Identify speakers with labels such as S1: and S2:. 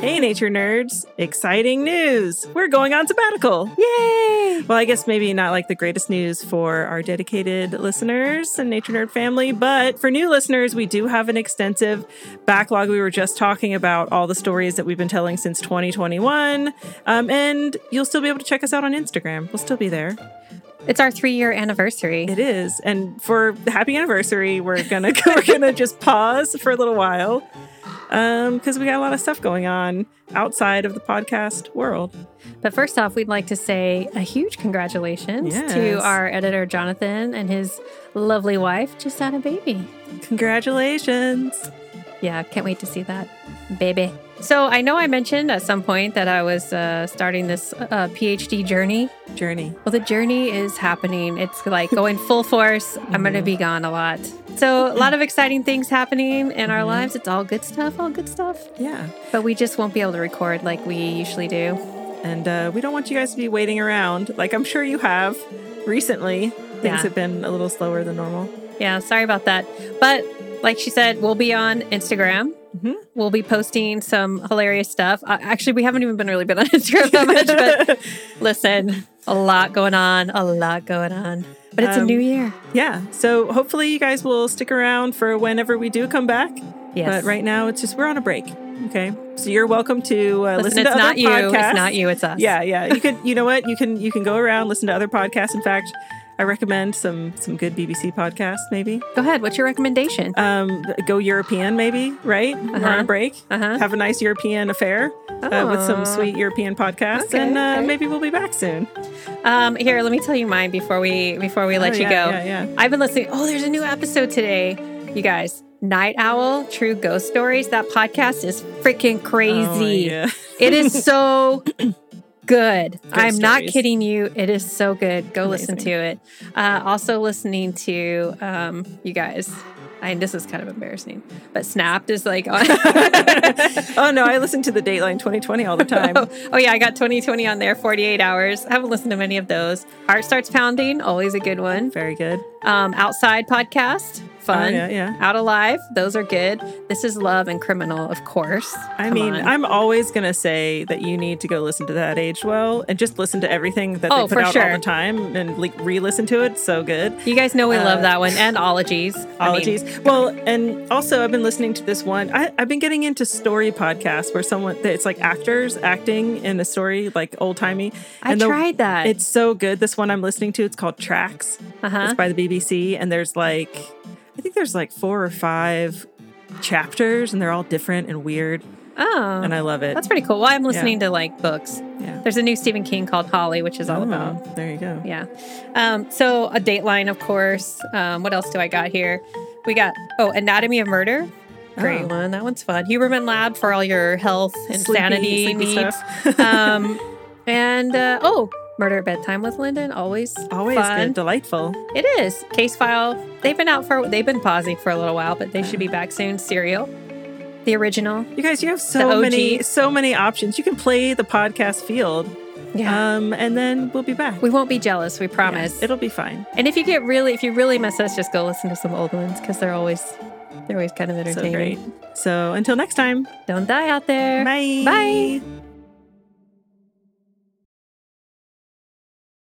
S1: Hey, nature nerds. Exciting news. We're going on sabbatical. Yay! Well, I guess maybe not like the greatest news for our dedicated listeners and nature nerd family, but for new listeners, we do have an extensive backlog. We were just talking about all the stories that we've been telling since 2021. Um, and you'll still be able to check us out on Instagram. We'll still be there.
S2: It's our three year anniversary.
S1: It is. And for happy anniversary, we're gonna we're gonna just pause for a little while. Um, because we got a lot of stuff going on outside of the podcast world.
S2: But first off, we'd like to say a huge congratulations
S1: Yes.
S2: to our editor, Jonathan, and his lovely wife just had a baby.
S1: Congratulations.
S2: Yeah, can't wait to see that baby. So I know I mentioned at some point that I was uh, starting this uh, PhD journey.
S1: Journey.
S2: Well, the journey is happening. It's like going full force. I'm going to be gone a lot. So, a lot of exciting things happening in
S1: Mm-hmm.
S2: our lives. It's all good stuff, all good stuff.
S1: Yeah.
S2: But we just won't be able to record like we usually do.
S1: And uh, we don't want you guys to be waiting around. Like I'm sure you have recently. Things
S2: Yeah.
S1: have been a little slower than normal.
S2: Yeah, sorry about that. But like she said, we'll be on Instagram.
S1: Mhm.
S2: We'll be posting some hilarious stuff. Uh, actually, we haven't even been really been on Instagram that much, but listen, a lot going on, a lot going on. But it's a
S1: Um,
S2: new year.
S1: Yeah. So hopefully you guys will stick around for whenever we do come back.
S2: Yes.
S1: But right now it's just we're on a break. Okay. So you're welcome to uh, listen,
S2: listen,
S1: to
S2: it's
S1: other
S2: not you.
S1: podcasts.
S2: It's not you. It's us.
S1: Yeah, yeah. You could, you know what? You can you can go around listen to other podcasts. In fact, I recommend some some good BBC podcasts. Maybe
S2: Go ahead. What's your recommendation?
S1: um, go European. Maybe right? We're on
S2: Uh-huh.
S1: a break.
S2: Uh-huh.
S1: Have a nice European affair uh, with some
S2: Oh.
S1: sweet European podcasts,
S2: Okay,
S1: and uh,
S2: okay.
S1: maybe we'll be back soon.
S2: Um, here, let me tell you mine before we before we let
S1: Oh,
S2: you
S1: yeah,
S2: go.
S1: yeah, yeah.
S2: I've been listening. Oh, there's a new episode today, you guys. Night Owl, True Ghost Stories. That podcast is freaking crazy.
S1: Oh, yeah.
S2: It is so good. I'm not
S1: stories.
S2: kidding you. It is so good. Go listen
S1: Amazing.
S2: to it. Uh, also, listening to um, you guys. And this is kind of embarrassing, but Snapped is like on.
S1: oh no, I listen to the Dateline 2020 all the time.
S2: Oh, oh, yeah, I got 2020 on there, 48 hours. I haven't listened to many of those. Heart Starts Pounding, always a good one.
S1: Very good.
S2: Um, Outside Podcast, fun.
S1: Oh, yeah, yeah.
S2: Out Alive, those are good. This is Love and Criminal, of course.
S1: I
S2: Come
S1: mean,
S2: on.
S1: I'm always gonna say that you need to go listen to that aged well and just listen to everything that
S2: Oh,
S1: they
S2: for
S1: put out all
S2: sure.
S1: the time and like re-listen to it. So good.
S2: you guys know we
S1: uh,
S2: love that one. And Ologies. I mean,
S1: Apologies. well, and also I've been listening to this one. I, I've been getting into story podcasts where someone it's like actors acting in a story, like old timey.
S2: I
S1: And the-
S2: tried that.
S1: It's so good. This one I'm listening to. It's called Tracks.
S2: uh-huh.
S1: It's by the BBC, and there's like I think there's like four or five chapters, and they're all different and weird,
S2: oh,
S1: and I love it.
S2: that's pretty cool. Well, I'm listening to like books.
S1: Yeah.
S2: There's a new Stephen King called Holly, which is all about
S1: Oh, there you go.
S2: Yeah. Um, so a Dateline, of course. Um, what else do I got here? We got oh Anatomy of Murder. Great
S1: Oh.
S2: one. That onene's fun. Huberman Lab for all your health and
S1: Sleepy-
S2: sanity
S1: sleepy
S2: needs.
S1: stuff.
S2: um, and uh, oh, Murder at Bedtime with Lyndon. Always,
S1: Always
S2: fun.
S1: good, delightful.
S2: It is Case File. They've been out for. They've been pausing for a little while, but they should be back soon. Serial, the original.
S1: You guys, you have
S2: The
S1: so
S2: OG.
S1: many, so many options. You can play the podcast field,
S2: Yeah.
S1: um, and then we'll be back.
S2: we won't be jealous. We promise.
S1: Yes, it'll be fine.
S2: and if you get really, if you really miss us, just go listen to some old ones because they're always, they're always kind of
S1: So
S2: entertaining.
S1: great. So until next time,
S2: Don't die out there.
S1: bye.
S2: Bye.